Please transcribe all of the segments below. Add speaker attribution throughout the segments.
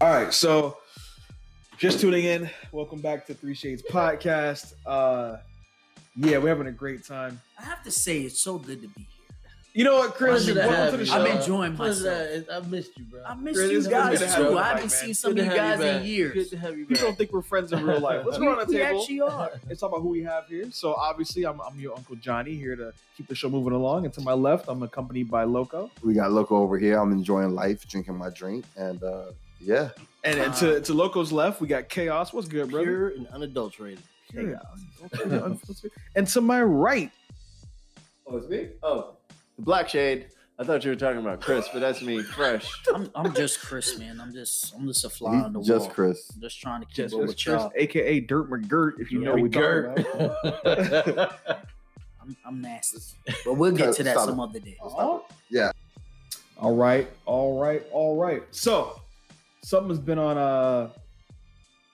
Speaker 1: All right, so just tuning in, welcome back to Three Shades Podcast. Uh yeah, we're having a great time.
Speaker 2: I have to say, it's so good to be here.
Speaker 1: You know what, Chris?
Speaker 3: Why did that
Speaker 1: Welcome
Speaker 3: happen, yo?
Speaker 1: to the show.
Speaker 2: I'm enjoying
Speaker 3: Plus
Speaker 2: myself.
Speaker 3: that, I missed you, bro.
Speaker 2: I miss
Speaker 1: Chris,
Speaker 2: you
Speaker 1: it's good
Speaker 2: guys
Speaker 1: to have you
Speaker 2: too. I
Speaker 1: back,
Speaker 2: haven't
Speaker 1: man.
Speaker 2: seen
Speaker 1: Good
Speaker 2: some of
Speaker 3: Good to
Speaker 2: you
Speaker 3: have
Speaker 2: guys
Speaker 3: back.
Speaker 2: in years.
Speaker 3: Good to have you
Speaker 1: People don't
Speaker 3: back.
Speaker 1: think we're friends in real life. Let's
Speaker 2: We,
Speaker 1: go on the
Speaker 2: we
Speaker 1: table.
Speaker 2: actually are.
Speaker 1: It's about who we have here. So obviously, I'm, I'm your uncle Johnny here to keep the show moving along. And to my left, I'm accompanied by Loco,
Speaker 4: we got local over here. I'm enjoying life, drinking my drink, and uh, yeah,
Speaker 1: and, and
Speaker 2: Ah.
Speaker 1: to, to Loco's left, we got Chaos. What's good, brother?
Speaker 3: Pure and unadulterated.
Speaker 1: Chaos. and to my right,
Speaker 3: Oh, it's me? Oh. The black shade. I thought you were talking about Chris, but that's me. Fresh.
Speaker 2: I'm, I'm just Chris, man. I'm just I'm just a fly on the
Speaker 4: he's just
Speaker 2: wall.
Speaker 4: Chris.
Speaker 2: I'm just trying to keep
Speaker 1: just
Speaker 2: up
Speaker 1: Chris,
Speaker 2: with y'all.
Speaker 1: aka Dirt McGirt, if you know what we're talking about.
Speaker 2: I'm, I'm nasty, but we'll get to that
Speaker 4: Uh, Stop it.
Speaker 2: some other day.
Speaker 4: Stop it. Yeah,
Speaker 1: All right, all right, all right. So something's been on uh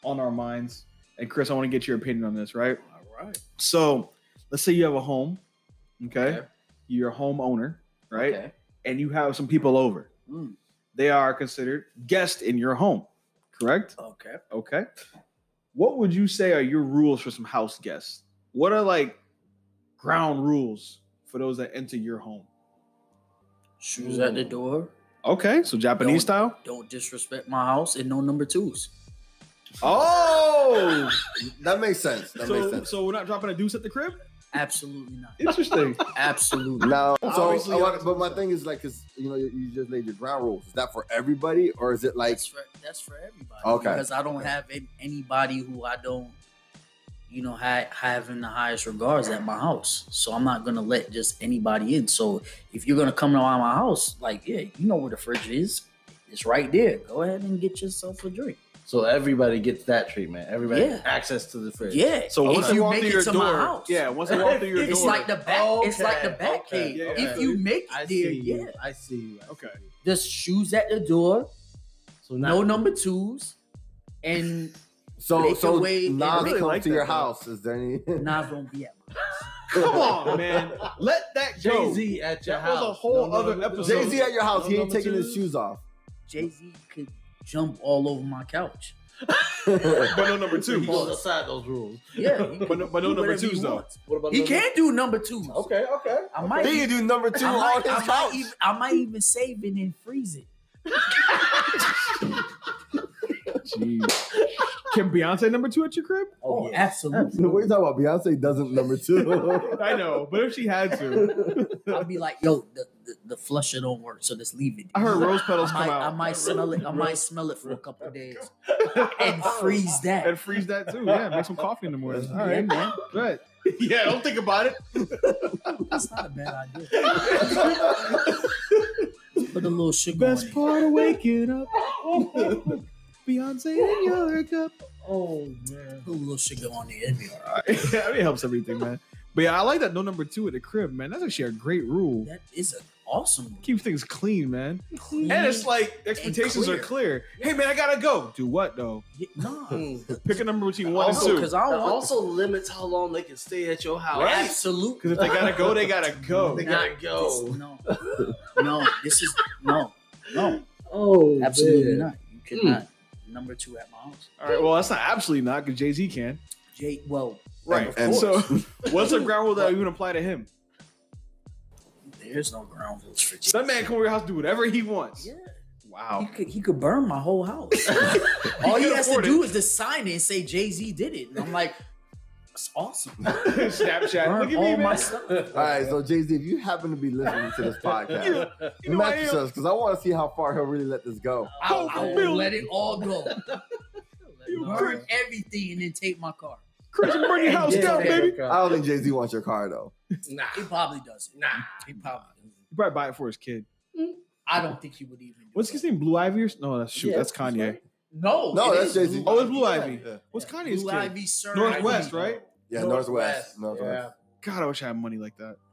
Speaker 1: on our minds, and Chris, I want to get your opinion on this, right?
Speaker 2: All right.
Speaker 1: So let's say you have a home, okay?
Speaker 3: Okay.
Speaker 1: You're a homeowner, right?
Speaker 3: Okay.
Speaker 1: And you have some people over.
Speaker 2: Mm.
Speaker 1: They are considered guests in your home, correct?
Speaker 2: Okay.
Speaker 1: Okay. What would you say are your rules for some house guests? What are like ground rules for those that enter your home?
Speaker 2: Shoes at the
Speaker 3: Mm.
Speaker 2: door.
Speaker 1: Okay, so Japanese style.
Speaker 2: Don't disrespect my house and no number twos.
Speaker 1: Oh,
Speaker 4: that makes sense. That makes
Speaker 1: so,
Speaker 4: sense.
Speaker 1: so we're not dropping a deuce at the crib.
Speaker 2: Absolutely not.
Speaker 1: Interesting.
Speaker 2: Absolutely.
Speaker 4: now, so
Speaker 1: Obviously,
Speaker 4: I
Speaker 1: y'all
Speaker 4: wanna-
Speaker 1: just
Speaker 4: but my
Speaker 1: listen.
Speaker 4: thing is like, cause you know, you, you just laid your ground rules. Is that for everybody, or is it like
Speaker 2: that's for that's for everybody.
Speaker 4: Okay.
Speaker 2: Because I don't have an- anybody who I don't, you know, ha- have in the highest regards at my house. So I'm not gonna let just anybody in. So if you're gonna come to my house, like yeah, you know where the fridge is. It's right there. Go ahead and get yourself a drink.
Speaker 3: So everybody gets that treatment. Everybody
Speaker 2: Yeah.
Speaker 3: access to the fridge.
Speaker 2: Yeah.
Speaker 1: so once
Speaker 2: if
Speaker 1: you walk
Speaker 2: make
Speaker 1: through
Speaker 2: it
Speaker 1: your
Speaker 2: to
Speaker 1: door,
Speaker 2: my house,
Speaker 1: yeah, once you walk through your
Speaker 2: It's
Speaker 1: door,
Speaker 2: like the back. It's like the
Speaker 3: Okay,
Speaker 2: back
Speaker 3: okay,
Speaker 2: cave.
Speaker 1: yeah,
Speaker 2: if
Speaker 1: okay.
Speaker 2: you make
Speaker 3: I
Speaker 2: it
Speaker 3: see
Speaker 2: there,
Speaker 3: you.
Speaker 2: yeah.
Speaker 3: I see you. I see
Speaker 1: Okay.
Speaker 3: you.
Speaker 2: Just shoes at the door.
Speaker 3: So
Speaker 2: No number twws, and
Speaker 4: so?
Speaker 2: Make
Speaker 4: So
Speaker 2: your way and
Speaker 4: Nas
Speaker 2: make-
Speaker 4: come
Speaker 1: like
Speaker 4: to
Speaker 1: that,
Speaker 4: your
Speaker 1: though.
Speaker 4: house. Is there any?
Speaker 2: Nas won't be at my house.
Speaker 1: come on, man, let that go.
Speaker 3: Jay Z at your
Speaker 1: That was
Speaker 3: house.
Speaker 1: a whole other episode.
Speaker 4: Jay Z at your house.
Speaker 3: No
Speaker 4: he ain't
Speaker 3: number
Speaker 4: taking his
Speaker 3: twos?
Speaker 4: shoes off.
Speaker 2: Jay Z could jump all over my couch.
Speaker 1: But no number two.
Speaker 3: He goes outside those rules.
Speaker 2: Yeah, he
Speaker 1: But no- but no
Speaker 2: do
Speaker 1: number
Speaker 2: whatever
Speaker 1: twos,
Speaker 2: he
Speaker 1: though.
Speaker 2: wants.
Speaker 3: What about
Speaker 2: He
Speaker 3: no number-
Speaker 2: can do number twos.
Speaker 3: Okay, okay.
Speaker 2: I might.
Speaker 4: He
Speaker 2: even-
Speaker 4: can do number two
Speaker 2: I
Speaker 4: on
Speaker 2: might,
Speaker 4: his
Speaker 2: I, might
Speaker 4: couch.
Speaker 2: even, I might even save it and freeze it.
Speaker 1: Jeez. Can Beyonce number two at your crib?
Speaker 2: Oh,
Speaker 3: yeah.
Speaker 2: absolutely.
Speaker 4: What are you talking about? Beyonce doesn't number two.
Speaker 1: I know, but if she had to,
Speaker 2: I'll be like, yo, the, the, the flusher don't work, so just leave it.
Speaker 1: I heard rose petals
Speaker 2: I
Speaker 1: come
Speaker 2: might, I
Speaker 1: out
Speaker 2: might smell it. I might smell it for a couple of days and freeze that.
Speaker 1: and freeze that too. Yeah, make some coffee in the morning. All
Speaker 2: Yeah,
Speaker 1: right,
Speaker 2: man,
Speaker 1: good. Yeah, don't think about it.
Speaker 2: that's not a bad idea. Put a little sugar on
Speaker 1: Best
Speaker 2: it.
Speaker 1: part of waking up, Beyonce in your cup.
Speaker 3: Oh man.
Speaker 2: Put a little sugar on it. It'd be all right.
Speaker 1: yeah, it helps everything, man. But yeah, I like that no number two at the crib, man. That's actually a great rule.
Speaker 2: That is an awesome.
Speaker 1: Keeps things clean, man.
Speaker 2: Clean.
Speaker 1: And it's like the expectations are clear. Hey, man, I gotta go. Do what though?
Speaker 2: Yeah, Nah.
Speaker 5: Mm.
Speaker 1: Pick a number between one
Speaker 2: Also,
Speaker 1: and
Speaker 2: because
Speaker 1: two.
Speaker 2: I
Speaker 3: That
Speaker 2: don't want
Speaker 3: also limits how long they can stay at your house.
Speaker 2: Absolutely.
Speaker 1: Because if they gotta go, they gotta go.
Speaker 3: They gotta go.
Speaker 2: no, no, this is no, no,
Speaker 3: Oh,
Speaker 2: absolutely
Speaker 3: man.
Speaker 2: not. You cannot number two at my house.
Speaker 1: All right. Well, that's not absolutely not because Jay Z can.
Speaker 2: Jay, well,
Speaker 1: Right.
Speaker 2: of
Speaker 1: And so,
Speaker 2: course.
Speaker 1: what's a ground rule that even apply to him?
Speaker 2: there's no ground rules for Jay.
Speaker 1: That man come over your house, do whatever he wants.
Speaker 2: yeah, he
Speaker 1: Wow.
Speaker 2: could he could burn my whole house. All
Speaker 1: He
Speaker 2: he
Speaker 1: could
Speaker 2: has to
Speaker 1: afford
Speaker 2: do is just sign it and say Jay Z did it, and I'm like, that's awesome.
Speaker 1: Snapchat. Look
Speaker 2: Burn
Speaker 1: at
Speaker 2: all
Speaker 1: me,
Speaker 2: my
Speaker 1: man.
Speaker 2: stuff.
Speaker 4: All right, so Jay Z, if you happen to be listening to this podcast,
Speaker 1: You know I
Speaker 4: message
Speaker 1: am.
Speaker 4: us because I want to see how far he'll really let this go.
Speaker 2: I'll,
Speaker 1: Oh,
Speaker 2: I'll
Speaker 1: Bill.
Speaker 2: let it all go.
Speaker 1: You
Speaker 2: Burn everything and then take my car.
Speaker 1: Chris, burn your house
Speaker 2: Yeah.
Speaker 1: down, baby. You
Speaker 4: I don't think Jay Z wants your car though.
Speaker 3: Nah.
Speaker 2: He probably doesn't.
Speaker 3: Nah.
Speaker 2: He probably. Doesn't.
Speaker 1: probably buy it for his kid.
Speaker 2: I don't think he would even. Do
Speaker 1: What's
Speaker 2: that.
Speaker 1: his name? Blue Ivy? Or... s- No, that's shoot.
Speaker 3: Yeah,
Speaker 1: that's Kanye.
Speaker 2: No,
Speaker 4: No,
Speaker 2: it
Speaker 4: that's
Speaker 2: is
Speaker 4: Jay Z.
Speaker 1: Oh, it's Blue Ivy.
Speaker 4: Yeah,
Speaker 1: What's Kanye's
Speaker 2: Blue
Speaker 1: kid?
Speaker 2: Ivy, sir.
Speaker 1: Northwest, right?
Speaker 4: Yeah, Northwest.
Speaker 3: Yeah.
Speaker 4: Northwest.
Speaker 1: God, I wish I had money like that.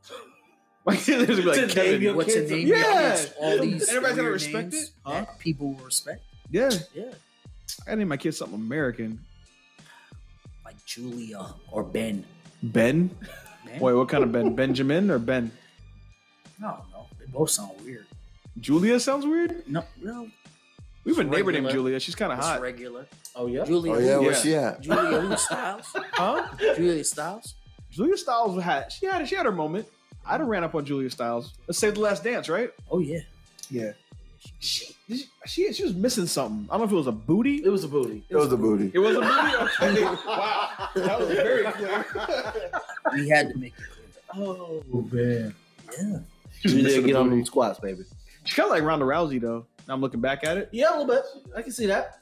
Speaker 1: Like, there's gonna be like
Speaker 3: To name
Speaker 1: Kevin.
Speaker 3: your-
Speaker 2: What's the
Speaker 3: Kids are-
Speaker 2: name?
Speaker 1: Yeah.
Speaker 2: It's all these
Speaker 1: And everybody's gonna
Speaker 2: weird
Speaker 1: respect
Speaker 2: names
Speaker 1: it? Huh?
Speaker 2: that people will respect.
Speaker 1: Yeah,
Speaker 2: Yeah,
Speaker 1: I gotta name my kid something American.
Speaker 2: like Julia or Ben.
Speaker 1: Ben?
Speaker 2: Man,
Speaker 1: Wait, what kind of Ben? Benjamin or Ben?
Speaker 2: no, no, they both sound weird.
Speaker 1: Julia sounds weird.
Speaker 2: No, no,
Speaker 1: We We have a neighbor named
Speaker 3: regular.
Speaker 1: Julia. She's kind of
Speaker 2: It's
Speaker 1: hot.
Speaker 2: regular.
Speaker 1: Oh yeah.
Speaker 2: Julia.
Speaker 4: Oh yeah,
Speaker 1: well,
Speaker 2: Louis-
Speaker 4: where's she at?
Speaker 2: Julia Louis Styles.
Speaker 1: Huh?
Speaker 2: Julia Styles.
Speaker 1: Julia Stiles had she had she had her moment. I'd have ran up on Julia Stiles. Let's say the last dance, right?
Speaker 2: Oh yeah.
Speaker 1: Yeah. She, she she was missing something. I don't know if it was a booty.
Speaker 5: It was a booty.
Speaker 4: It was a booty.
Speaker 1: It was a booty. Okay. wow, that was very clear.
Speaker 2: We had to make it clear.
Speaker 5: Oh man.
Speaker 2: Yeah.
Speaker 1: She was missing
Speaker 5: You did
Speaker 1: a
Speaker 5: get on
Speaker 1: booty.
Speaker 5: them squats, baby.
Speaker 1: She's kind of like Ronda Rousey though. Now I'm looking back at it,
Speaker 5: Yeah, a little bit. I can see that.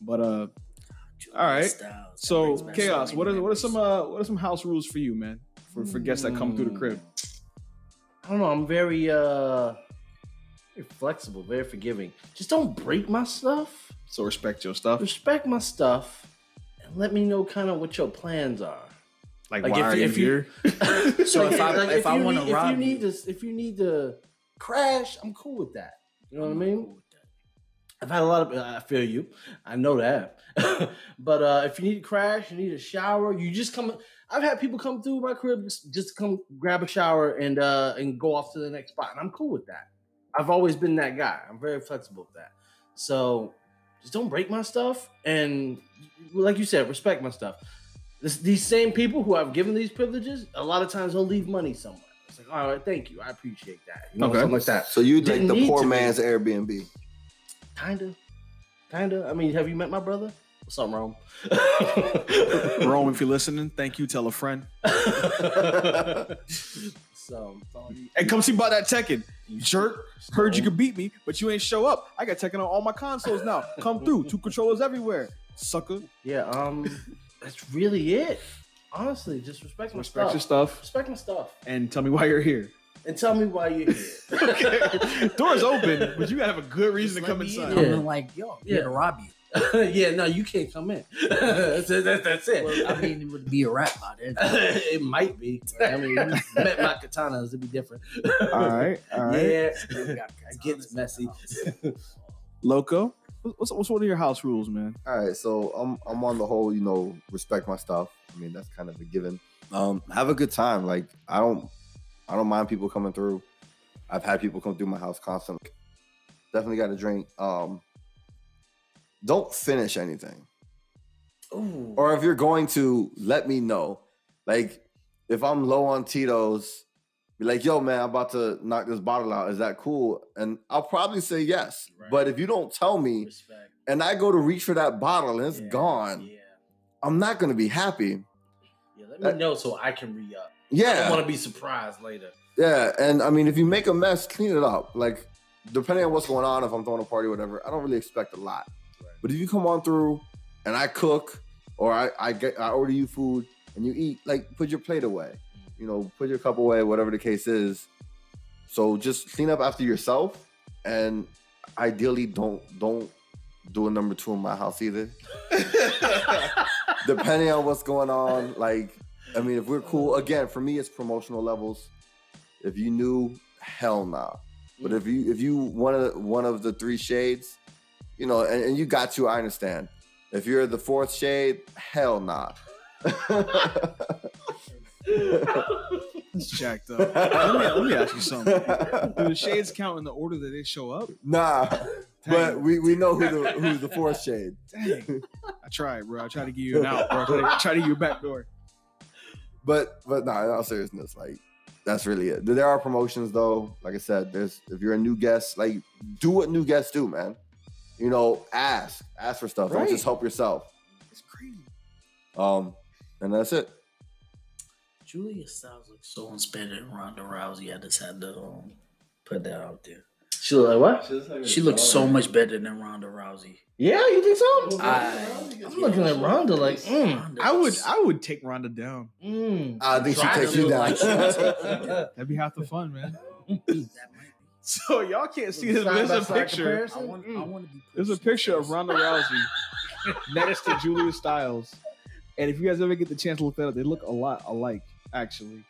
Speaker 1: but uh,
Speaker 2: Julia
Speaker 1: All right.
Speaker 2: Stiles. That
Speaker 1: so
Speaker 2: brings back so
Speaker 1: chaos.
Speaker 2: many
Speaker 1: What are what are some
Speaker 2: memories.
Speaker 1: uh what are some house rules for you, man? For for guests that come through the crib.
Speaker 5: I don't know. I'm very uh very flexible, very forgiving. Just don't break my stuff.
Speaker 1: So respect your stuff.
Speaker 5: Respect my stuff, and let me know kind of what your plans are.
Speaker 1: Like,
Speaker 5: Like,
Speaker 1: why
Speaker 5: if
Speaker 1: are
Speaker 5: you-
Speaker 1: you
Speaker 5: if you-
Speaker 1: here?
Speaker 2: So if I- if I
Speaker 5: you
Speaker 2: wanna
Speaker 5: need- if
Speaker 2: rob
Speaker 5: you need
Speaker 2: you-
Speaker 5: to if you need to crash, I'm cool with that. You know what I
Speaker 2: I'm
Speaker 5: mean?
Speaker 2: cool with that.
Speaker 5: I've had a lot of. uh, I feel you. I know that. but uh, if you need to crash, you need a shower. You just come. I've had people come through my crib just just come grab a shower and uh and go off to the next spot, and I'm cool with that. I've always been that guy. I'm very flexible with that. So just don't break my stuff, and like you said, respect my stuff. This, these same people who I've given these privileges, a lot of times they'll leave money somewhere. It's like, all right, thank you, I appreciate that. You know,
Speaker 1: Okay.
Speaker 5: something like that.
Speaker 4: So you like
Speaker 5: Didn't
Speaker 4: the
Speaker 5: need
Speaker 4: poor
Speaker 5: to be.
Speaker 4: man's Airbnb.
Speaker 5: Kinda. Kinda. I mean, have you met my brother? What's up, Rome?
Speaker 1: Rome, if you're listening, thank you. Tell a friend.
Speaker 5: so
Speaker 1: And come see about that Tekken. You jerk. Heard you
Speaker 5: could
Speaker 1: could beat me, but you ain't show up. I got Tekken on all my consoles now. Come through. Two controllers everywhere. Sucker.
Speaker 5: Yeah, um that's really it. Honestly, just respect my
Speaker 1: Respect your
Speaker 5: stuff.
Speaker 1: stuff
Speaker 5: Respect my stuff.
Speaker 1: and tell me why you're here.
Speaker 5: And tell me why you're here.
Speaker 1: Okay. Door's open, but you gotta have a good reason
Speaker 2: Just
Speaker 1: to come
Speaker 2: let me
Speaker 1: inside.
Speaker 2: in. I'm
Speaker 5: Yeah.
Speaker 2: like, yo, I'm here
Speaker 5: Yeah.
Speaker 2: to rob you.
Speaker 5: yeah, no, you can't come in. that's, it, that's, that's it.
Speaker 2: Well, I mean, it would be a rap by then.
Speaker 5: it might be. I mean, if you met my katanas, it'd be different.
Speaker 1: All right, all right.
Speaker 5: Yeah.
Speaker 2: Still got
Speaker 5: It gets
Speaker 2: katanas in the
Speaker 5: messy.
Speaker 2: house.
Speaker 1: Loco, what's, what's one of your house rules, man?
Speaker 4: All right, so I'm I'm on the whole, you know, respect my stuff. I mean, that's kind of a given. Um, have a good time. Like I don't I don't mind people coming through. I've had people come through my house constantly. Definitely got a drink. Um, don't finish anything.
Speaker 5: Ooh.
Speaker 4: Or if you're going to, let me know. Like if I'm low on Tito's, be like, yo, man, I'm about to knock this bottle out. Is that cool? And I'll probably say yes.
Speaker 5: Right.
Speaker 4: But if you don't tell me
Speaker 5: respect.
Speaker 4: and I go to reach for that bottle and it's
Speaker 5: Yeah,
Speaker 4: gone.
Speaker 5: Yeah.
Speaker 4: I'm not gonna be happy.
Speaker 5: Yeah, let me know so I can re up. I don't
Speaker 4: Yeah,
Speaker 5: want to be surprised later.
Speaker 4: yeah. And I mean, if you make a mess, clean it up. Like, depending on what's going on, if I'm throwing a party or whatever, I don't really expect a lot. But if you come on through and I cook or I, I get I order you food and you eat, like put your plate away, you know, put your cup away, whatever the case is. So just clean up after yourself, and ideally don't don't do a number two in my house either. depending on what's going on. Like, I mean, if we're cool, again, for me, it's promotional levels. If you knew, hell nah. But if you if you one of the, one of the three shades, you know, and, and you got to, I understand. If you're the fourth shade, hell nah.
Speaker 1: It's jacked up. let, me, let me ask you something. Do the shades count in the order that they show up?
Speaker 4: nah, but
Speaker 1: Dang.
Speaker 4: we, we know who the who's the fourth shade.
Speaker 1: Dang. I tried, bro. I tried to give you an out, bro. I tried to, I tried to give you a back door.
Speaker 4: But but nah, in all seriousness, like that's really it. There are promotions though. Like I said, there's if you're a new guest, like do what new guests do, man. You know, ask, ask for stuff.
Speaker 1: Right.
Speaker 4: Don't just help yourself.
Speaker 1: It's crazy.
Speaker 4: Um, and that's it.
Speaker 2: Julia Stiles looks so inspired in Ronda Rousey. I just had to um, put that out there.
Speaker 5: She look like what?
Speaker 2: She looks so much better than Ronda Rousey.
Speaker 5: Yeah, you think so?
Speaker 2: I,
Speaker 5: I'm looking at Rhonda like, mm,
Speaker 2: Ronda
Speaker 1: I would
Speaker 2: looks-
Speaker 1: I would take Ronda down.
Speaker 5: mm.
Speaker 4: I think she
Speaker 5: Try
Speaker 4: takes
Speaker 5: to
Speaker 4: you
Speaker 5: look
Speaker 4: down.
Speaker 5: like she take you down.
Speaker 1: That'd be half the fun, man.
Speaker 2: that might be.
Speaker 1: So y'all can't see this.
Speaker 5: Side
Speaker 1: but
Speaker 5: by
Speaker 1: There's a
Speaker 5: side
Speaker 1: picture.
Speaker 5: comparison?
Speaker 2: I want, I
Speaker 5: Mm.
Speaker 2: want to be.
Speaker 1: There's a
Speaker 2: pushed
Speaker 1: picture of
Speaker 2: face.
Speaker 1: Ronda Rousey next to Julia Stiles. And if you guys ever get the chance to look that up, they look a lot alike, actually.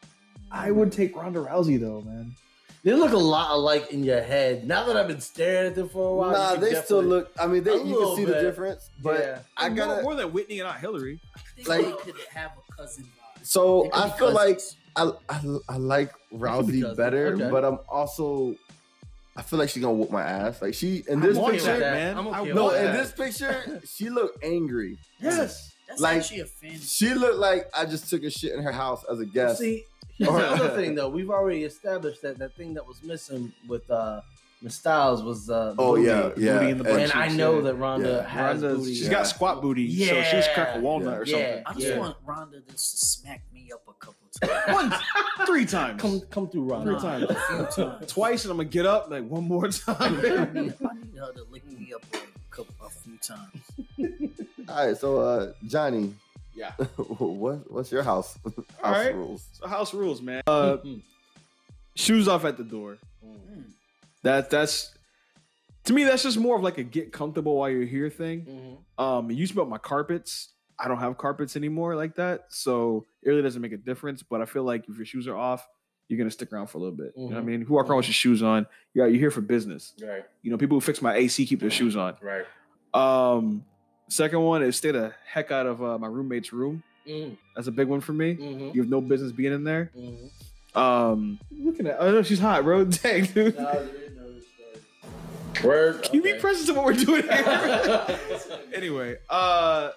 Speaker 1: I would take Ronda Rousey though, man.
Speaker 5: They look a lot alike in your head. Now that I've been staring at them for a while.
Speaker 4: Nah,
Speaker 5: you can
Speaker 4: they still
Speaker 5: definitely-
Speaker 4: look. I mean,
Speaker 5: A
Speaker 4: they, you
Speaker 5: little
Speaker 4: can see
Speaker 5: bit.
Speaker 4: the difference. But
Speaker 5: Yeah.
Speaker 4: I
Speaker 1: More-
Speaker 4: gotta.
Speaker 1: more than Whitney and not Hillary.
Speaker 2: I think
Speaker 4: like-
Speaker 2: they could have a cousin. vibe. They
Speaker 4: So
Speaker 2: could
Speaker 4: I
Speaker 2: be
Speaker 4: feel like
Speaker 2: cousins.
Speaker 4: I, I, I like
Speaker 5: Because
Speaker 4: Rousey
Speaker 5: of-
Speaker 4: better,
Speaker 5: okay.
Speaker 4: but I'm also I feel like she's gonna whoop my ass. Like she in
Speaker 5: I'm
Speaker 4: this
Speaker 5: okay with
Speaker 4: picture,
Speaker 5: that.
Speaker 1: man.
Speaker 5: I'm
Speaker 1: I
Speaker 5: okay
Speaker 4: no,
Speaker 5: with
Speaker 4: in
Speaker 5: that.
Speaker 4: this picture, she looked angry.
Speaker 5: yes.
Speaker 2: That's
Speaker 4: Like-
Speaker 2: actually a fantasy.
Speaker 4: She looked like I just took a shit in her house as a guest.
Speaker 5: See, here's the other thing though. We've already established that that thing that was missing with uh Miss Styles was uh the
Speaker 4: oh
Speaker 5: booty.
Speaker 4: yeah, yeah.
Speaker 1: Booty in the
Speaker 4: And-
Speaker 5: And I know that Rhonda
Speaker 4: Yeah.
Speaker 5: has
Speaker 1: Rhonda's-
Speaker 5: booty.
Speaker 1: she's
Speaker 4: Yeah.
Speaker 1: got squat booty, so
Speaker 5: Yeah.
Speaker 1: she'll just crack a walnut
Speaker 4: Yeah.
Speaker 1: or
Speaker 5: yeah,
Speaker 1: something.
Speaker 2: I just
Speaker 5: yeah.
Speaker 2: want Rhonda just to smack me up a couple times.
Speaker 1: One, three times,
Speaker 5: Come come through, Rhonda.
Speaker 1: three times,
Speaker 2: a few times.
Speaker 1: twice, and I'm gonna get up like one more
Speaker 2: I
Speaker 1: time.
Speaker 2: need, I need her to lick me up a, couple, a few times.
Speaker 4: All right, so uh, Johnny,
Speaker 1: yeah.
Speaker 4: what what's your house house
Speaker 1: All right.
Speaker 4: rules?
Speaker 1: So house rules, man. Uh, shoes off at the door.
Speaker 5: Mm-hmm.
Speaker 2: Mm.
Speaker 1: That that's to me. That's just more of like a get comfortable while you're here thing.
Speaker 5: Mhm.
Speaker 1: Um, you smelled my carpets. I don't have carpets anymore like that, so it really doesn't make a difference. But I feel like if your shoes are off, you're gonna stick around for a little bit. You know what I
Speaker 5: Mhm.
Speaker 1: mean? Who walk around with your shoes on? Yeah, you're here for business.
Speaker 5: Right,
Speaker 1: You know, people who fix my AC keep their shoes on.
Speaker 5: right.
Speaker 1: Um, second one is stay the heck out of uh, my roommate's room.
Speaker 5: Mm-hmm.
Speaker 1: That's a big one for me.
Speaker 5: Mm-hmm.
Speaker 1: You have no business being in there.
Speaker 5: Mm-hmm.
Speaker 1: Um, looking at, oh no, she's hot, bro. Dang, dude.
Speaker 5: Word.
Speaker 1: Can you be present to what we're doing here?
Speaker 5: present?
Speaker 1: anyway, uh,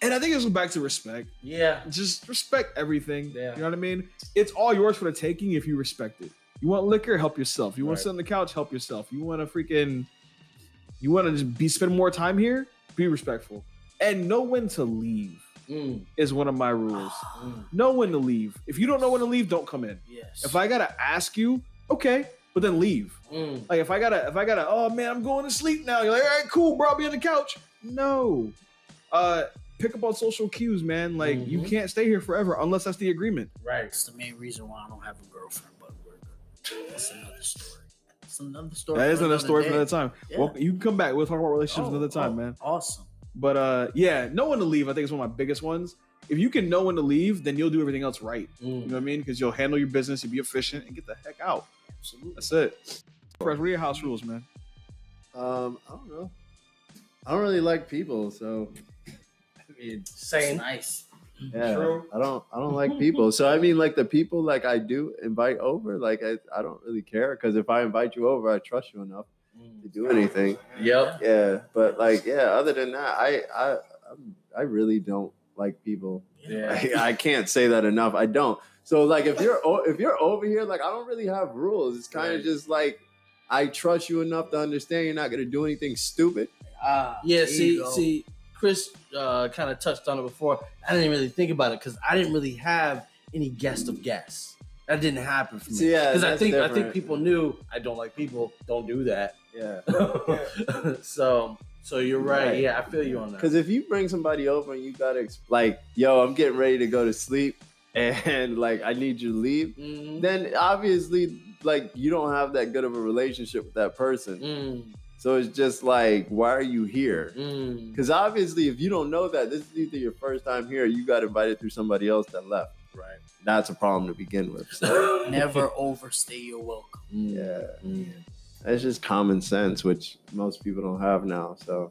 Speaker 1: and I think this goes back to respect.
Speaker 5: yeah.
Speaker 1: Just respect everything.
Speaker 5: Yeah.
Speaker 1: You know what I mean? It's all yours for the taking if you respect it. You want liquor, help yourself. You want to
Speaker 5: Right.
Speaker 1: sit on the couch, help yourself. You want to freaking, you want to just be spend more time here. Be respectful and know when to leave
Speaker 5: Mm,
Speaker 1: is one of my rules.
Speaker 5: mm.
Speaker 1: know when to leave. If you don't know when to leave, don't come in.
Speaker 2: Yes.
Speaker 1: If I gotta ask you, okay, but then leave.
Speaker 5: Mm.
Speaker 1: Like if I gotta, if I gotta, oh man, I'm going to sleep now. You're like, all right, cool, bro, I'll be on the couch. No, uh, pick up on social cues, man. Like you
Speaker 2: Mm-hmm.
Speaker 5: Mhm.
Speaker 1: can't stay here forever unless that's the agreement.
Speaker 5: Right.
Speaker 2: That's the main reason why I don't have a girlfriend, but we're good. That's another story. That's another story.
Speaker 1: That is
Speaker 2: for
Speaker 1: another story for
Speaker 2: day.
Speaker 1: another time.
Speaker 2: Yeah.
Speaker 1: Well, you can come back. We'll talk about relationships another time,
Speaker 2: oh,
Speaker 1: man.
Speaker 2: Awesome.
Speaker 1: But uh, yeah, no when to leave. I think is one of my biggest ones. If you can know when to leave, then you'll do everything else right. You know
Speaker 5: Mm.
Speaker 1: what I mean? Because you'll handle your business, you'll be efficient, and get the heck out.
Speaker 2: Absolutely.
Speaker 1: That's it. Fresh, what are your house rules, man?
Speaker 3: Um, I don't know. I don't really like people, so I mean,
Speaker 2: That's
Speaker 5: Same.
Speaker 2: nice.
Speaker 3: yeah,
Speaker 5: True.
Speaker 3: I don't, I don't like people. So I mean, like the people like I do invite over, like I, I don't really care because if I invite you over, I trust you enough
Speaker 5: Mm.
Speaker 3: to do anything.
Speaker 5: Yep.
Speaker 3: Yeah, but like, yeah. Other than that, I, I, I'm, I really don't like people.
Speaker 5: Yeah.
Speaker 3: I, I can't say that enough. I don't. So like, if you're o- if you're over here, like I don't really have rules. It's kind
Speaker 5: Right.
Speaker 3: of just like I trust you enough to understand you're not gonna do anything stupid.
Speaker 2: Ah,
Speaker 5: Yeah,
Speaker 2: there you
Speaker 5: see,
Speaker 2: go.
Speaker 5: see, Chris uh, kind of touched on it before. I didn't really think about it because I didn't really have any guest of guests. That didn't happen for me.
Speaker 3: So, yeah,
Speaker 5: because I
Speaker 3: that's
Speaker 5: think I think
Speaker 3: different.
Speaker 5: people knew I don't like people. Don't do that.
Speaker 3: Yeah.
Speaker 5: so, so you're right.
Speaker 3: Right.
Speaker 5: Yeah, I feel you on that.
Speaker 3: Because if you bring somebody over and you gotta ex- like, yo, I'm getting ready to go to sleep, and like I need you to leave,
Speaker 5: Mhm.
Speaker 3: then obviously like you don't have that good of a relationship with that person.
Speaker 5: Mm,
Speaker 3: So it's just like, why are you here?
Speaker 5: mm.
Speaker 3: Because obviously, if you don't know that, this is either your first time here, or you got invited through somebody else that left.
Speaker 5: Right.
Speaker 3: That's a problem to begin with. So,
Speaker 2: Never overstay your welcome.
Speaker 5: Mm,
Speaker 3: yeah,
Speaker 5: mm.
Speaker 3: that's just common sense, which most people don't have now. So,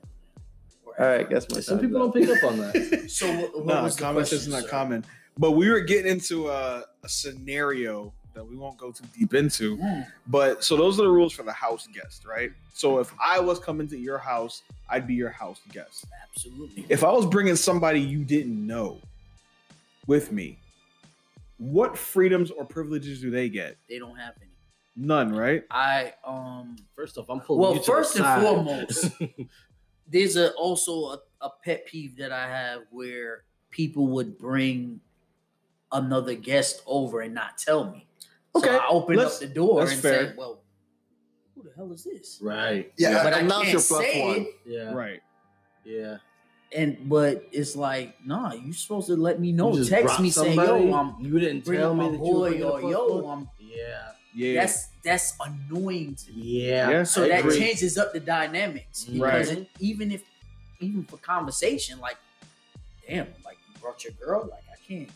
Speaker 3: all right, guess my
Speaker 5: Some
Speaker 3: time's
Speaker 5: people
Speaker 3: up.
Speaker 5: don't pick up on that.
Speaker 2: So what, what
Speaker 1: No,
Speaker 2: was the
Speaker 1: comments
Speaker 2: question,
Speaker 1: is not
Speaker 2: sir?
Speaker 1: common. But we were getting into a, a scenario that we won't go too deep into.
Speaker 2: Mm.
Speaker 1: But so those are the rules for the house guest, right? So if I was coming to your house, I'd be your house guest.
Speaker 2: Absolutely.
Speaker 1: If I was bringing somebody you didn't know with me, what freedoms or privileges do they get?
Speaker 2: they don't have any.
Speaker 1: None, right?
Speaker 2: I um
Speaker 5: First off, I'm pulling.
Speaker 2: well
Speaker 5: you to
Speaker 2: first and
Speaker 5: the side.
Speaker 2: foremost, there's a, also a, a pet peeve that I have where people would bring another guest over and not tell me.
Speaker 1: Okay,
Speaker 2: so I opened
Speaker 1: let's-
Speaker 2: up the door
Speaker 1: that's
Speaker 2: and
Speaker 1: fair.
Speaker 2: said, "Well, who the hell is this?"
Speaker 5: right.
Speaker 4: Yeah,
Speaker 2: But I
Speaker 4: announce
Speaker 2: can't
Speaker 4: your plus
Speaker 2: say
Speaker 4: one.
Speaker 2: it.
Speaker 5: Yeah.
Speaker 1: Right.
Speaker 5: Yeah.
Speaker 2: And but it's like, nah, you supposed to let me know.
Speaker 5: You just
Speaker 2: Text
Speaker 5: drop
Speaker 2: me saying,
Speaker 5: somebody,
Speaker 2: "Yo, I'm
Speaker 5: you didn't tell
Speaker 2: bringing my
Speaker 5: me that you were
Speaker 2: boy,"
Speaker 5: bringing
Speaker 2: or
Speaker 5: a
Speaker 2: "Yo,
Speaker 5: plus
Speaker 2: I'm."
Speaker 5: one." Yeah.
Speaker 1: Yeah.
Speaker 2: That's that's annoying to me.
Speaker 5: Yeah.
Speaker 1: Yeah.
Speaker 2: So
Speaker 5: I
Speaker 2: that
Speaker 5: agree.
Speaker 2: changes up the dynamics because
Speaker 5: Right.
Speaker 2: it- even if even for conversation, like damn, like you brought your girl, like I can't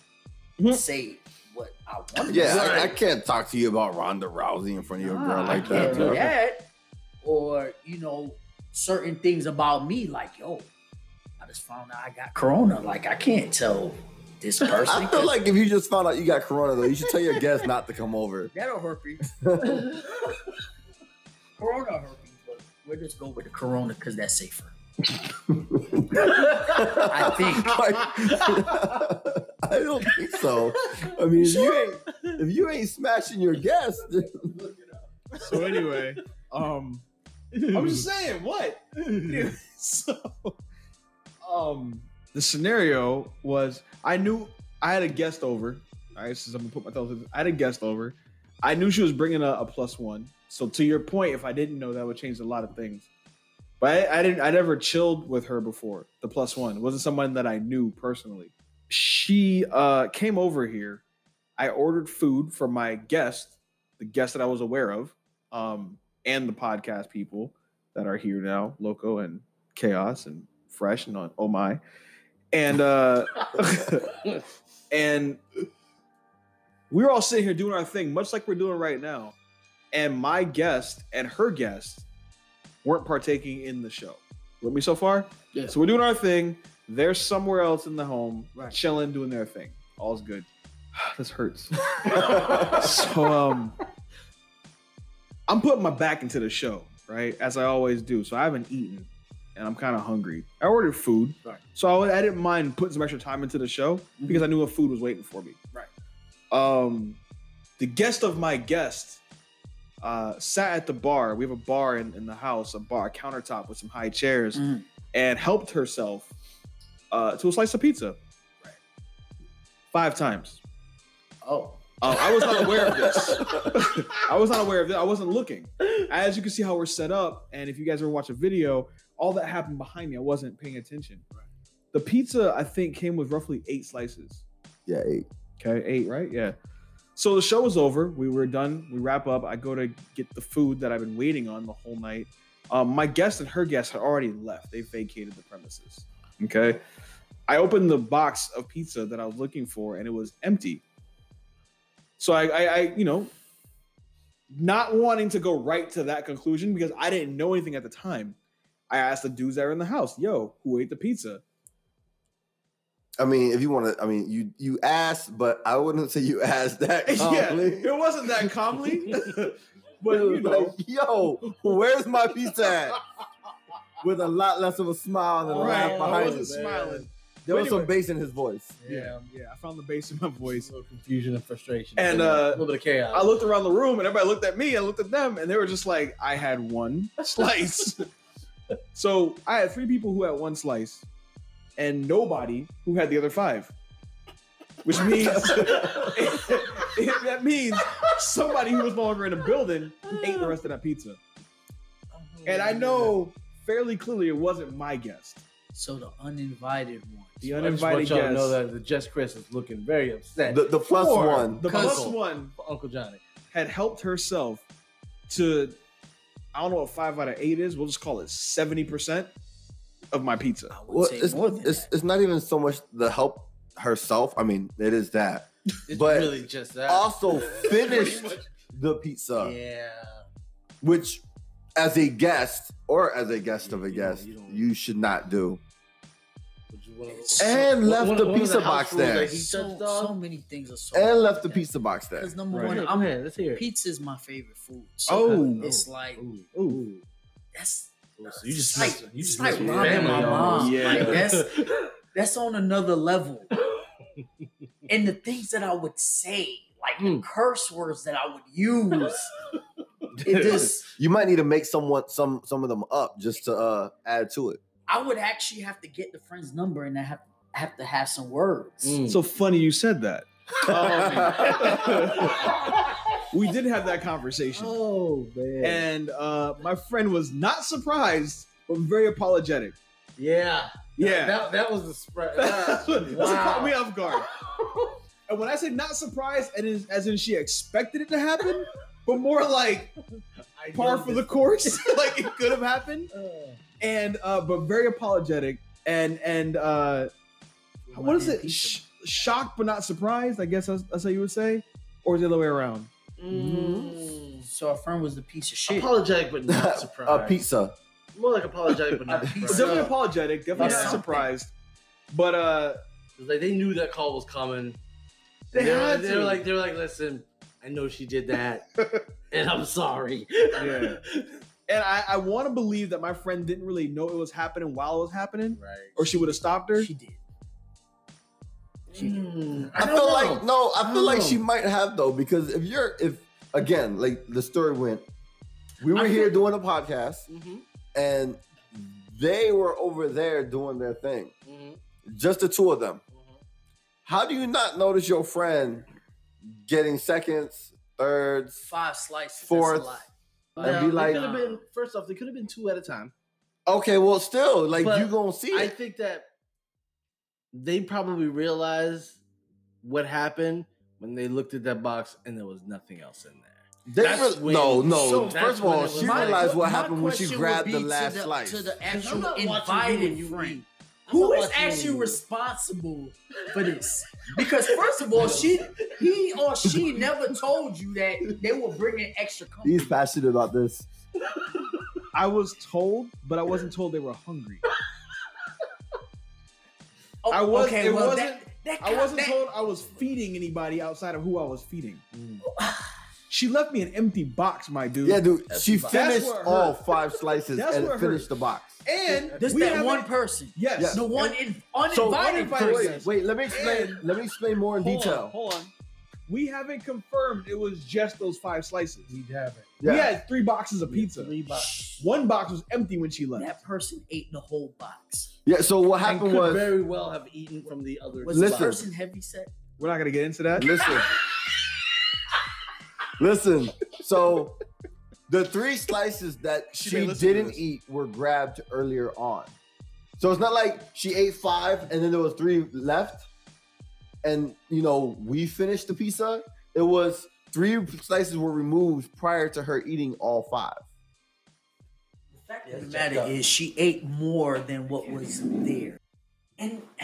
Speaker 5: Mm-hmm.
Speaker 1: Mhm.
Speaker 2: say what I want.
Speaker 4: Yeah,
Speaker 2: to
Speaker 4: I, I
Speaker 2: say.
Speaker 4: can't talk to you about Ronda Rousey in front of your
Speaker 1: Ah,
Speaker 2: Nah,
Speaker 4: girl
Speaker 2: I
Speaker 4: like
Speaker 2: can't
Speaker 4: that.
Speaker 2: do
Speaker 4: bro.
Speaker 2: that. Or you know, certain things about me, like yo, I just found out I got corona. Like I can't tell this person.
Speaker 4: I feel
Speaker 2: 'cause
Speaker 4: like if you just found out you got corona though, you should tell your guests not to come over.
Speaker 2: that'll hurt me. corona herpes, but we'll just go with the corona because that's safer. I think.
Speaker 4: Like, I don't think so. I mean, if you ain't if you ain't smashing your guest,
Speaker 1: So anyway, um, I'm just saying what. so, um, the scenario was I knew I had a guest over. All right, since I'm gonna put my thoughts. in- I had a guest over. I knew she was bringing a, a plus one. So to your point, if I didn't know, that would change a lot of things. But I, I didn't. I never chilled with her before. The plus one it wasn't someone that I knew personally. She uh, came over here. I ordered food for my guest, the guest that I was aware of, um, and the podcast people that are here now, Loco and Chaos and Fresh and on Oh My, and uh, and we were all sitting here doing our thing, much like we're doing right now. And my guest and her guest weren't partaking in the show. With me so far?
Speaker 5: Yeah.
Speaker 1: So we're doing our thing. They're somewhere else in the home,
Speaker 5: Right.
Speaker 1: chilling, doing their thing. All's good. this hurts. so um I'm putting my back into the show, right? As I always do. So I haven't eaten and I'm kind of hungry. I ordered food.
Speaker 5: Right. Mm-hmm.
Speaker 1: So I, I didn't mind putting some extra time into the show because I knew what food was waiting for me.
Speaker 5: Right.
Speaker 1: Um the guest of my guest uh sat at the bar. We have a bar in, in the house, a bar, a countertop with some high chairs,
Speaker 5: Mm. Mm-hmm.
Speaker 2: Mhm.
Speaker 1: and helped herself uh to a slice of pizza. Five times.
Speaker 5: Oh.
Speaker 1: Uh, I was not aware of this. I was not aware of this. I wasn't looking. As you can see how we're set up, and if you guys ever watch a video, all that happened behind me. I wasn't paying attention. The pizza, I think, came with roughly eight slices.
Speaker 4: yeah, eight.
Speaker 1: Okay, eight, right? Yeah. So the show was over. We were done. We wrap up. I go to get the food that I've been waiting on the whole night. Um, my guest and her guest had already left. They vacated the premises. Okay. I opened the box of pizza that I was looking for, and it was empty. So I, I, I you know, not wanting to go right to that conclusion because I didn't know anything at the time. I asked the dudes that were in the house, "Yo, who ate the pizza?"
Speaker 4: I mean, if you want to, I mean, you you asked, but I wouldn't say you asked that. Calmly.
Speaker 1: Yeah, it wasn't that calmly, but
Speaker 4: It
Speaker 1: you
Speaker 4: was
Speaker 1: know,
Speaker 4: like, yo, where's my pizza at? With a lot less of a smile than a
Speaker 1: Right,
Speaker 4: laugh
Speaker 1: I
Speaker 4: behind
Speaker 1: wasn't
Speaker 4: it.
Speaker 1: smiling.
Speaker 4: There was
Speaker 1: Anyway.
Speaker 4: some bass in his voice.
Speaker 1: Yeah, yeah. I found the bass in my
Speaker 5: Voice.
Speaker 1: voice.
Speaker 5: A little confusion and frustration.
Speaker 1: And,
Speaker 5: a
Speaker 1: uh,
Speaker 5: little bit of chaos.
Speaker 1: I looked around the room and everybody looked at me. I looked at them, and they were just like, "I had one slice." so I had three people who had one slice, and nobody who had the other five. Which means that means somebody who was no longer in the building ate the rest of that pizza. And I know fairly clearly it wasn't my guest.
Speaker 2: So the uninvited one.
Speaker 1: The
Speaker 5: I just
Speaker 1: uninvited
Speaker 5: want y'all to
Speaker 1: guest.
Speaker 5: know that the Jess Chris is looking very upset.
Speaker 4: The, the plus
Speaker 1: Or
Speaker 4: one.
Speaker 1: The
Speaker 5: Cousin.
Speaker 1: plus one
Speaker 5: for Uncle Johnny.
Speaker 1: had helped herself to I don't know what five out of eight is. We'll just call it seventy percent of my pizza.
Speaker 5: Oh,
Speaker 2: I would
Speaker 4: Well,
Speaker 2: say
Speaker 4: it's,
Speaker 2: more than
Speaker 4: it's,
Speaker 2: that.
Speaker 4: it's not even so much the help herself. I mean, it is that.
Speaker 5: It's
Speaker 4: But
Speaker 5: really just that.
Speaker 4: Also finished
Speaker 5: Pretty much.
Speaker 4: the pizza,
Speaker 5: yeah.
Speaker 4: which as a guest or as a guest of a
Speaker 5: You don't-
Speaker 4: guest,
Speaker 5: you
Speaker 4: you,
Speaker 5: don't-
Speaker 4: should not do.
Speaker 5: Would you wanna-
Speaker 4: And
Speaker 5: One-
Speaker 4: left
Speaker 5: one-
Speaker 4: the
Speaker 5: one of
Speaker 4: pizza
Speaker 5: house
Speaker 4: box
Speaker 5: rules that
Speaker 4: there.
Speaker 5: he
Speaker 2: so,
Speaker 5: touched on.
Speaker 2: so many things are so.
Speaker 4: And left the pizza box there.
Speaker 2: Because number
Speaker 1: Right.
Speaker 2: one,
Speaker 5: Go
Speaker 2: I'm
Speaker 5: ahead, let's hear it.
Speaker 2: pizza is my favorite food.
Speaker 1: Oh.
Speaker 2: So it's like
Speaker 5: Ooh,
Speaker 1: Ooh.
Speaker 2: that's
Speaker 5: ooh, so you just
Speaker 2: Like-
Speaker 5: messed- you just
Speaker 2: like
Speaker 5: messed with
Speaker 2: robbing
Speaker 5: family
Speaker 2: my
Speaker 5: almost.
Speaker 2: mom.
Speaker 1: Yeah.
Speaker 2: Like that's that's on another level. and the things that I would say, like
Speaker 5: Mm.
Speaker 2: the curse words that I would use, it just
Speaker 4: You might need to make someone some some of them up just to uh add to it.
Speaker 2: I would actually have to get the friend's number and I have have to have some words.
Speaker 5: Mm.
Speaker 1: So funny you said that. We did have that conversation.
Speaker 5: oh man.
Speaker 1: And uh, my friend was not surprised, but very apologetic.
Speaker 5: yeah.
Speaker 1: Yeah.
Speaker 5: That, that was the spread. Ah,
Speaker 1: That's what that's what caught
Speaker 5: Wow.
Speaker 1: me off guard. And when I say not surprised, and is- as in she expected it to happen, but more like
Speaker 5: I
Speaker 1: par
Speaker 5: know
Speaker 1: for the
Speaker 5: this-
Speaker 1: course, like it could have happened.
Speaker 5: Uh,
Speaker 1: and uh but very apologetic and and uh what is it Sh- shocked but not surprised i guess that's, that's how you would say or is it the other way around
Speaker 5: mm.
Speaker 2: So our friend was the piece of shit.
Speaker 5: Apologetic but not surprised.
Speaker 4: a pizza.
Speaker 5: More like apologetic but not
Speaker 2: A
Speaker 5: surprised.
Speaker 2: pizza.
Speaker 1: definitely apologetic definitely
Speaker 2: Yeah.
Speaker 1: not surprised but uh
Speaker 5: Like they knew that call was coming.
Speaker 1: they
Speaker 5: were-
Speaker 1: had
Speaker 5: they
Speaker 1: to
Speaker 5: were like they were like, listen, I know she did that, and I'm sorry.
Speaker 1: Yeah. And I, I want to believe that my friend didn't really know it was happening while it was happening,
Speaker 5: Right.
Speaker 1: or she would have stopped her.
Speaker 2: She did. She did.
Speaker 5: Mm.
Speaker 4: I,
Speaker 5: don't
Speaker 4: feel
Speaker 5: know.
Speaker 4: like no, I
Speaker 5: I
Speaker 4: feel like
Speaker 5: don't
Speaker 4: she
Speaker 5: know.
Speaker 4: might have though, because if you're if again, like the story went, we were
Speaker 5: I
Speaker 4: here
Speaker 5: feel-
Speaker 4: doing a podcast
Speaker 5: Mhm,
Speaker 4: and they were over there doing their thing.
Speaker 5: mhm,
Speaker 4: Just the two of them.
Speaker 5: mhm.
Speaker 4: How do you not notice your friend getting seconds, thirds?
Speaker 2: Five slices. that's a
Speaker 4: Fourth.
Speaker 2: lot.
Speaker 4: That'd
Speaker 5: Now,
Speaker 4: be
Speaker 5: they
Speaker 4: like-
Speaker 5: could have been first off, they could have been two at a time.
Speaker 4: Okay, well, still, like
Speaker 5: But
Speaker 4: you gonna see
Speaker 5: I
Speaker 4: it.
Speaker 5: think that they probably realized what happened when they looked at that box and there was nothing else in there.
Speaker 4: They
Speaker 5: that's
Speaker 4: re-
Speaker 5: when-
Speaker 4: no, no.
Speaker 5: so that's
Speaker 4: First of all,
Speaker 5: when it was
Speaker 4: she
Speaker 5: like-
Speaker 4: realized what
Speaker 2: my
Speaker 4: happened when she
Speaker 2: question would
Speaker 4: grabbed
Speaker 2: be
Speaker 4: the
Speaker 2: to
Speaker 4: last
Speaker 2: the-
Speaker 4: slice.
Speaker 2: To the
Speaker 5: I'm
Speaker 2: actual
Speaker 5: not watching
Speaker 2: invited
Speaker 5: you
Speaker 2: friend.
Speaker 5: eat.
Speaker 2: Who
Speaker 5: I'm
Speaker 2: is
Speaker 5: not watching
Speaker 2: actually
Speaker 5: you.
Speaker 2: responsible for this? Because first of all, she he or she never told you that they were bringing extra company.
Speaker 4: He's passionate about this.
Speaker 1: I was told, but I wasn't told they were hungry.
Speaker 2: Oh,
Speaker 1: I was-
Speaker 2: okay,
Speaker 1: it
Speaker 2: well,
Speaker 1: wasn't-
Speaker 2: that, that
Speaker 1: I
Speaker 2: count-
Speaker 1: wasn't
Speaker 2: that-
Speaker 1: told I was feeding anybody outside of who I was feeding.
Speaker 5: Mm.
Speaker 1: She left me an empty box, my dude.
Speaker 4: Yeah, dude.
Speaker 2: That's
Speaker 4: She
Speaker 2: what
Speaker 4: finished
Speaker 1: hurt.
Speaker 4: all five slices
Speaker 1: That's
Speaker 4: and
Speaker 1: what
Speaker 4: finished
Speaker 1: hurt.
Speaker 4: the box.
Speaker 1: and
Speaker 2: This
Speaker 1: we
Speaker 2: that
Speaker 1: haven't-
Speaker 2: one person.
Speaker 1: Yes.
Speaker 4: Yeah.
Speaker 2: The one in,
Speaker 4: So
Speaker 2: uninvited
Speaker 1: uninvited
Speaker 2: person.
Speaker 1: person.
Speaker 4: Wait, wait, let me explain.
Speaker 1: And-
Speaker 4: let me explain more in
Speaker 1: Hold
Speaker 4: detail.
Speaker 1: On, hold on. We haven't confirmed it was just those five slices. We haven't. We
Speaker 4: Yeah.
Speaker 1: had three boxes of pizza.
Speaker 5: Three box.
Speaker 1: One box was empty when she left.
Speaker 2: That person ate the whole box.
Speaker 4: Yeah. So what
Speaker 5: And
Speaker 4: happened
Speaker 5: could
Speaker 4: was,
Speaker 5: very well have eaten from the other.
Speaker 2: Was
Speaker 4: Listen.
Speaker 2: the person heavy set?
Speaker 1: We're not gonna get into that.
Speaker 4: listen, listen. So the three slices that
Speaker 1: She
Speaker 4: she,
Speaker 1: may listen to
Speaker 4: didn't
Speaker 1: this.
Speaker 4: eat were grabbed earlier on. So it's not like she ate five and then there was three left, and you know we finished the pizza. It was three slices were removed prior to her eating all five.
Speaker 2: The fact of the matter is, she ate more than what was there, and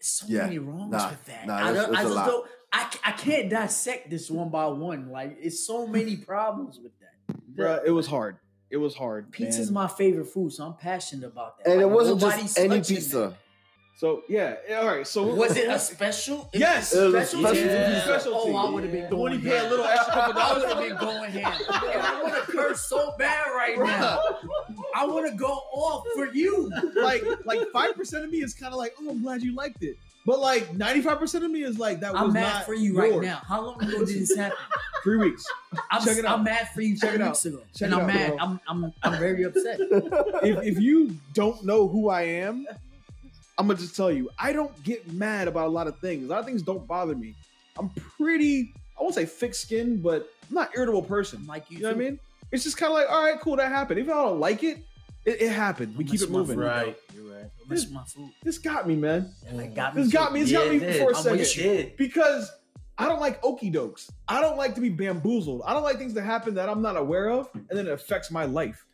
Speaker 2: so
Speaker 4: Yeah,
Speaker 2: many wrongs
Speaker 4: nah,
Speaker 2: with that.
Speaker 4: nah,
Speaker 2: I,
Speaker 4: that's-
Speaker 2: don't, I
Speaker 4: that's a
Speaker 2: just
Speaker 4: lot.
Speaker 2: don't. I, ca- I can't dissect this one by one. Like it's so many problems with that.
Speaker 1: Bruh, it was hard. It was hard.
Speaker 2: Pizza's
Speaker 1: man.
Speaker 2: my favorite food, so I'm passionate about that.
Speaker 4: And it
Speaker 2: Like,
Speaker 4: wasn't
Speaker 2: nobody's
Speaker 4: just any
Speaker 2: touching
Speaker 4: pizza.
Speaker 1: So yeah. All right. So
Speaker 2: that. Was it a special? if
Speaker 1: Yes.
Speaker 2: it's a
Speaker 4: It was a
Speaker 2: specialty?
Speaker 5: special Yeah. pizza.
Speaker 2: Oh, I would have
Speaker 5: Yeah.
Speaker 2: been
Speaker 1: The one
Speaker 2: going
Speaker 1: you
Speaker 2: ham.
Speaker 1: pay a little extra couple
Speaker 2: I
Speaker 1: dollars.
Speaker 2: would have been going ham. And I want to curse so bad right now. I want to go off for you.
Speaker 1: like like five percent of me is kind of like, oh, I'm glad you liked it. But like ninety five percent of me is like, that was
Speaker 2: I'm mad
Speaker 1: not
Speaker 2: for you right
Speaker 1: yours.
Speaker 2: now. How long ago did this happen?
Speaker 1: Three weeks.
Speaker 2: I'm,
Speaker 1: Check it out.
Speaker 2: I'm mad for you
Speaker 1: Check
Speaker 2: two
Speaker 1: it out.
Speaker 2: weeks ago,
Speaker 1: Check
Speaker 2: and
Speaker 1: it
Speaker 2: I'm
Speaker 1: out,
Speaker 2: mad.
Speaker 1: bro.
Speaker 2: I'm, I'm I'm very upset.
Speaker 1: if, if you don't know who I am, I'm gonna just tell you, I don't get mad about a lot of things. A lot of things don't bother me. I'm pretty, I won't say thick skinned, but I'm not irritable
Speaker 2: I'm
Speaker 1: person.
Speaker 2: like you.
Speaker 1: You know what I
Speaker 2: too.
Speaker 1: mean? It's just kind of like, all right, cool, that happened. Even if I don't like it, it, it happened. We
Speaker 2: I'm
Speaker 1: keep it
Speaker 2: messing my
Speaker 1: moving.
Speaker 2: food
Speaker 5: Right. You're right.
Speaker 2: Don't mess with my food.
Speaker 1: This got me, man,
Speaker 2: It got me.
Speaker 1: This got
Speaker 2: too.
Speaker 1: me- it's got me for a second.
Speaker 5: Mm. did.
Speaker 1: because I don't like okey dokes. I don't like to be bamboozled. I don't like things that happen that I'm not aware of, and then it affects my life.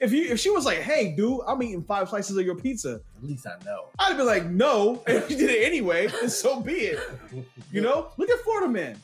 Speaker 1: If you if she was like, hey, dude, I'm eating five slices of your pizza,
Speaker 5: At least I know.
Speaker 1: I'd be like, no, and if you did it anyway, then so be it. You know, look at Florida Man.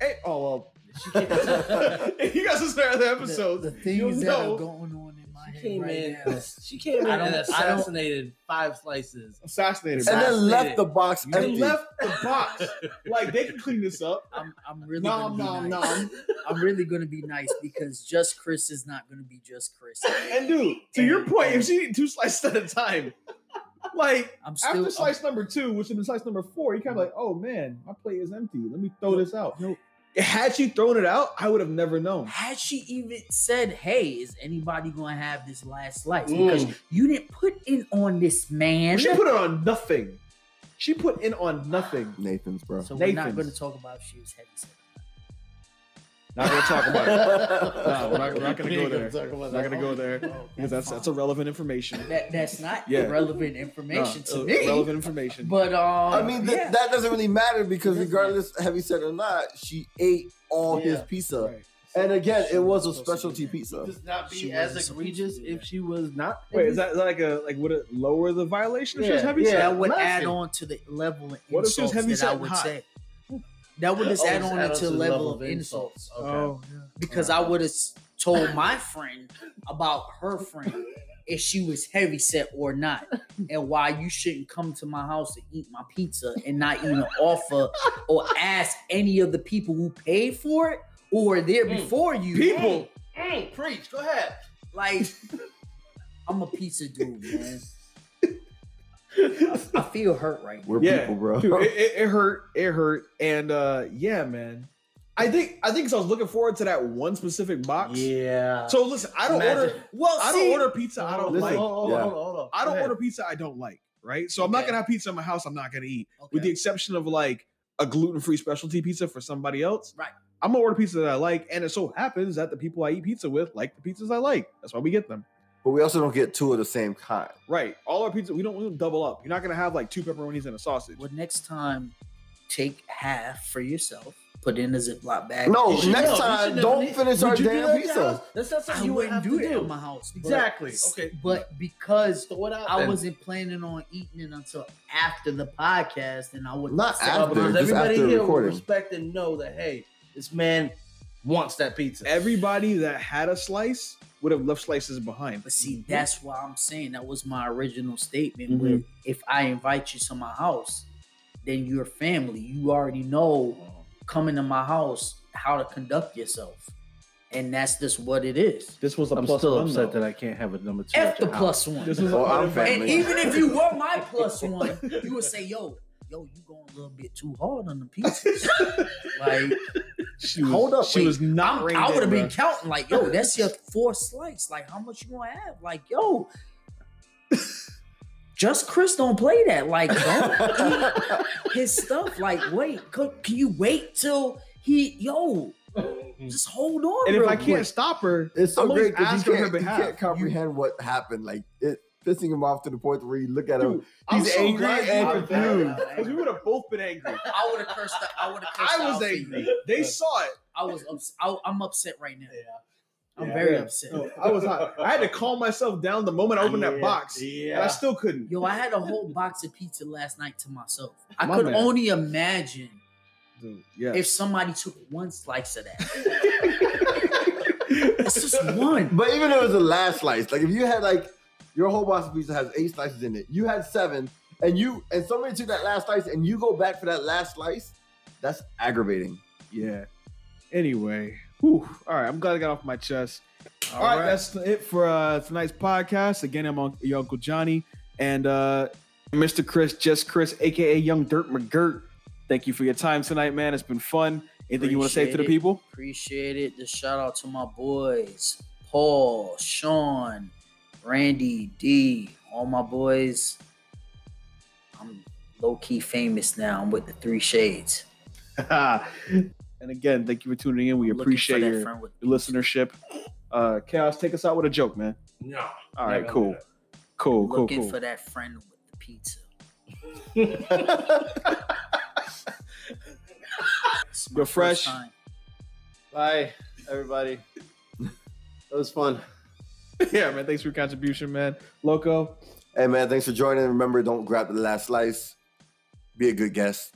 Speaker 1: Hey, oh well.
Speaker 5: She
Speaker 1: if you guys listen to other
Speaker 2: the
Speaker 1: episodes,
Speaker 2: things
Speaker 1: you
Speaker 2: that
Speaker 1: know-
Speaker 2: are going on in my head
Speaker 5: came in.
Speaker 2: right now.
Speaker 5: She came in
Speaker 2: I don't-
Speaker 5: and
Speaker 2: I don't-
Speaker 5: assassinated five slices.
Speaker 1: assassinated. man.
Speaker 4: and then
Speaker 5: Assassinated.
Speaker 4: left the box
Speaker 1: They
Speaker 4: empty.
Speaker 1: left the box. Like they can clean this up.
Speaker 2: I'm I'm really
Speaker 1: No,
Speaker 2: gonna be
Speaker 1: no,
Speaker 2: nice.
Speaker 1: no.
Speaker 2: I'm really gonna be nice because just Chris is not gonna be just Chris.
Speaker 1: And dude, to your point,
Speaker 2: um,
Speaker 1: if she eat two slices at a time, like
Speaker 2: I'm still
Speaker 1: after slice number two, which would be slice number four, you kind of like, oh man, my plate is empty. Let me throw this out.
Speaker 2: Yo.
Speaker 1: Had she thrown it out, I would have never known.
Speaker 2: had she even said, "Hey, is anybody gonna have this last slice?"
Speaker 5: Mm.
Speaker 2: Because you didn't put in on this man.
Speaker 1: Well, she put it on nothing. She put in on nothing.
Speaker 4: Nathan's, bro.
Speaker 2: so we're not
Speaker 1: Nathan's.
Speaker 2: gonna talk about if she was heavy.
Speaker 1: Not gonna talk about it. Nah, we're not, we're not gonna
Speaker 5: We
Speaker 1: go
Speaker 5: ain't
Speaker 1: there.
Speaker 5: talk about
Speaker 1: We're
Speaker 5: that.
Speaker 1: not gonna go there because that's that's irrelevant information.
Speaker 2: That, that's not
Speaker 1: Yeah.
Speaker 2: irrelevant
Speaker 1: Nah,
Speaker 2: information to
Speaker 1: uh,
Speaker 2: me.
Speaker 1: Relevant information.
Speaker 2: But um,
Speaker 4: I mean, th-
Speaker 2: yeah.
Speaker 4: that doesn't really matter because
Speaker 2: Doesn't
Speaker 4: regardless, heavy said or not, she ate all his
Speaker 5: Yeah.
Speaker 4: pizza.
Speaker 1: Right.
Speaker 4: And again,
Speaker 2: She
Speaker 4: it was a
Speaker 2: wasn't supposed to
Speaker 4: specialty
Speaker 2: do that.
Speaker 4: pizza.
Speaker 5: Does not
Speaker 2: She
Speaker 5: be as
Speaker 2: wasn't
Speaker 5: egregious
Speaker 2: supposed to do
Speaker 5: if
Speaker 2: that.
Speaker 5: she was not.
Speaker 1: Wait, is that is that like a like would it lower the violation if she was
Speaker 5: Yeah,
Speaker 1: heavy
Speaker 5: yeah.
Speaker 1: set?
Speaker 2: that would
Speaker 5: massive.
Speaker 2: add on to the level of
Speaker 1: What if she was
Speaker 2: insults
Speaker 1: heavy
Speaker 2: that
Speaker 1: set
Speaker 2: I
Speaker 1: and
Speaker 2: would
Speaker 1: hot?
Speaker 2: say. That would just
Speaker 5: Oh,
Speaker 2: add
Speaker 5: just
Speaker 2: on
Speaker 5: add up
Speaker 2: to the level of insults.
Speaker 5: Okay.
Speaker 1: Oh.
Speaker 2: because I would have told my friend about her friend if she was heavy set or not, and why you shouldn't come to my house to eat my pizza and not even offer or ask any of the people who paid for it or were there
Speaker 5: Mm.
Speaker 2: before you
Speaker 1: People
Speaker 5: Mm, preach. Go ahead.
Speaker 2: Like, I'm a pizza dude, man. I feel hurt right now.
Speaker 4: We're
Speaker 1: Yeah.
Speaker 4: people, bro.
Speaker 1: Dude, it, it, it hurt. It hurt. And uh yeah, man. I think I think 'cause I was looking forward to that one specific box.
Speaker 5: Yeah.
Speaker 1: So listen, I don't
Speaker 5: Imagine-
Speaker 1: order. Well, I don't
Speaker 5: see-
Speaker 1: order pizza. I don't
Speaker 5: Hold on,
Speaker 1: like.
Speaker 5: Hold
Speaker 4: Yeah.
Speaker 5: on, hold on, hold on.
Speaker 1: I
Speaker 5: Go
Speaker 1: don't
Speaker 5: ahead.
Speaker 1: order pizza I don't like, right? So I'm not
Speaker 2: Okay.
Speaker 1: gonna have pizza in my house. I'm not gonna eat, with the
Speaker 2: Okay.
Speaker 1: exception of like a gluten-free specialty pizza for somebody else.
Speaker 2: Right.
Speaker 1: I'm gonna order pizza that I like, and it so happens that the people I eat pizza with like the pizzas I like. That's why we get them.
Speaker 4: But we also don't get two of the same kind.
Speaker 1: Right. All our pizza, we don't, we don't double up. You're not gonna have like two pepperonis and a sausage.
Speaker 2: Well, next time, take half for yourself. Put it in a Ziploc bag.
Speaker 4: No,
Speaker 5: You should
Speaker 4: Oh, next
Speaker 5: know. You should
Speaker 4: time,
Speaker 5: know.
Speaker 4: don't
Speaker 5: Would
Speaker 4: finish
Speaker 5: you
Speaker 4: our
Speaker 5: do that
Speaker 4: damn
Speaker 5: at your house?
Speaker 4: pizza.
Speaker 5: That's not
Speaker 2: I
Speaker 5: something you would
Speaker 2: wouldn't
Speaker 5: have
Speaker 2: do
Speaker 5: to
Speaker 2: it
Speaker 5: do.
Speaker 2: in my house. but-
Speaker 5: Exactly. Okay.
Speaker 2: But because
Speaker 5: Throw it out.
Speaker 2: I
Speaker 5: then.
Speaker 2: wasn't planning on eating it until after the podcast, and I would
Speaker 4: Not
Speaker 5: Uh,
Speaker 4: after,
Speaker 5: because
Speaker 4: just
Speaker 5: everybody
Speaker 4: after
Speaker 5: here
Speaker 4: recording.
Speaker 5: will respect and know that hey, this man wants that pizza.
Speaker 1: Everybody that had a slice would have left slices behind.
Speaker 2: But see, that's why I'm saying that was my original statement.
Speaker 5: Mm-hmm.
Speaker 2: Where if I invite you to my house, then you're family. You already know coming to my house how to conduct yourself, and that's just what it is.
Speaker 1: This was a
Speaker 5: I'm
Speaker 1: plus
Speaker 5: still
Speaker 1: one,
Speaker 5: upset
Speaker 1: though.
Speaker 5: that I can't have a number two.
Speaker 2: F
Speaker 5: at
Speaker 2: the
Speaker 5: your house.
Speaker 2: plus one.
Speaker 1: This was
Speaker 4: Oh,
Speaker 1: a
Speaker 4: I'm
Speaker 1: family.
Speaker 2: And even if you were my plus one, you would say, "Yo, yo, you going a little bit too hard on the pizzas." like
Speaker 1: She was,
Speaker 4: Hold up,
Speaker 1: She
Speaker 4: wait.
Speaker 1: was not.
Speaker 2: I'm,
Speaker 1: reined
Speaker 2: I
Speaker 1: in,
Speaker 2: would have been
Speaker 1: bruh.
Speaker 2: counting like, "Yo, that's your fourth slice. Like, how much you gonna have? Like, yo." Just Chris don't play that. Like, don't eat his stuff. Like, wait, co- can you wait till he? Yo, just hold on.
Speaker 1: And if
Speaker 2: real
Speaker 1: I can't
Speaker 2: quick.
Speaker 1: stop her,
Speaker 4: It's so
Speaker 1: I'm
Speaker 4: great
Speaker 1: always
Speaker 4: because
Speaker 1: asking
Speaker 4: you,
Speaker 1: on her
Speaker 4: can't- you
Speaker 1: behalf.
Speaker 4: can't comprehend what happened. Like it pissing him off to the point where you look at him.
Speaker 1: Dude, I'm
Speaker 4: He's
Speaker 1: so
Speaker 4: angry
Speaker 1: glad you
Speaker 4: and
Speaker 1: were there.
Speaker 4: confused.
Speaker 1: Because we would have both been angry.
Speaker 2: I would have cursed. out- I would have cursed.
Speaker 1: I
Speaker 2: out
Speaker 1: was
Speaker 2: for you.
Speaker 1: angry. They saw it.
Speaker 2: I was. Ups- I, I'm upset right now.
Speaker 5: Yeah.
Speaker 2: I'm
Speaker 5: Yeah.
Speaker 2: very
Speaker 1: Yeah.
Speaker 2: upset.
Speaker 1: No, I was hot. I had to calm myself down the moment I opened that
Speaker 5: Yeah.
Speaker 1: box, and I
Speaker 5: Yeah.
Speaker 1: still couldn't.
Speaker 2: Yo, I had a whole box of pizza last night to myself. I
Speaker 1: My
Speaker 2: could
Speaker 1: man.
Speaker 2: only imagine
Speaker 1: Dude, yeah.
Speaker 2: if somebody took one slice of that. It's just one.
Speaker 4: But even if it was the last slice, like if you had like your whole box of pizza has eight slices in it, you had seven, and you and somebody took that last slice, and you go back for that last slice. That's aggravating.
Speaker 1: yeah. Anyway, whew. all right. I'm glad I got off my chest. All right, that's it for uh, tonight's podcast. Again, I'm on your Uncle Johnny and uh, Mr. Chris, just Chris, aka Young Dirt McGirt. Thank you for your time tonight, man. It's been fun. Anything you want to say to the
Speaker 2: Appreciate it.
Speaker 1: people?
Speaker 2: Appreciate it. The shout out to my boys, Paul, Sean, Randy, D, all my boys. I'm low key famous now. I'm with the three shades.
Speaker 1: and again, thank you for tuning in. We
Speaker 2: Looking for
Speaker 1: appreciate
Speaker 2: that
Speaker 1: your,
Speaker 2: friend with-
Speaker 1: your listenership. Uh, Chaos, take us out with a joke, man.
Speaker 5: No.
Speaker 1: All right,
Speaker 5: Never
Speaker 1: cool.
Speaker 5: do
Speaker 1: Cool, cool,
Speaker 2: Looking
Speaker 1: cool.
Speaker 2: for that friend with the pizza. It's my
Speaker 1: You're
Speaker 2: first
Speaker 1: fresh.
Speaker 2: time.
Speaker 3: Bye, everybody. That was fun.
Speaker 1: yeah, man. Thanks for your contribution, man. Loco.
Speaker 4: Hey man, thanks for joining. Remember, don't grab the last slice. Be a good guest.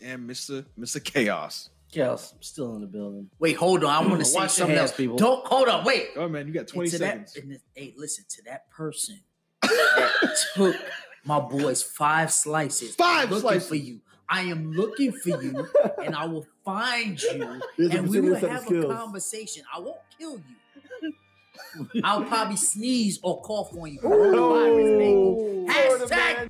Speaker 1: And Mr. Mr. Chaos.
Speaker 5: Kels, I'm still in the building.
Speaker 2: Wait, hold on. I want to say
Speaker 5: Wash your
Speaker 2: something
Speaker 5: hands,
Speaker 2: else.
Speaker 5: people.
Speaker 2: Don't hold on. Wait.
Speaker 1: Oh man, you got 20
Speaker 2: and to
Speaker 1: seconds.
Speaker 2: That, and it- hey, listen to that person that took my boys five slices.
Speaker 1: Five
Speaker 2: I'm looking
Speaker 1: slices.
Speaker 2: for you. I am looking for you, and I will find you,
Speaker 4: Here's
Speaker 2: and
Speaker 4: a
Speaker 2: we
Speaker 4: particular
Speaker 2: will
Speaker 4: set of
Speaker 2: have a
Speaker 4: skills.
Speaker 2: conversation. I won't kill you. I'll probably sneeze or cough on you.
Speaker 4: Ooh.
Speaker 2: Coronavirus, baby.
Speaker 4: Florida
Speaker 2: Hashtag
Speaker 4: man.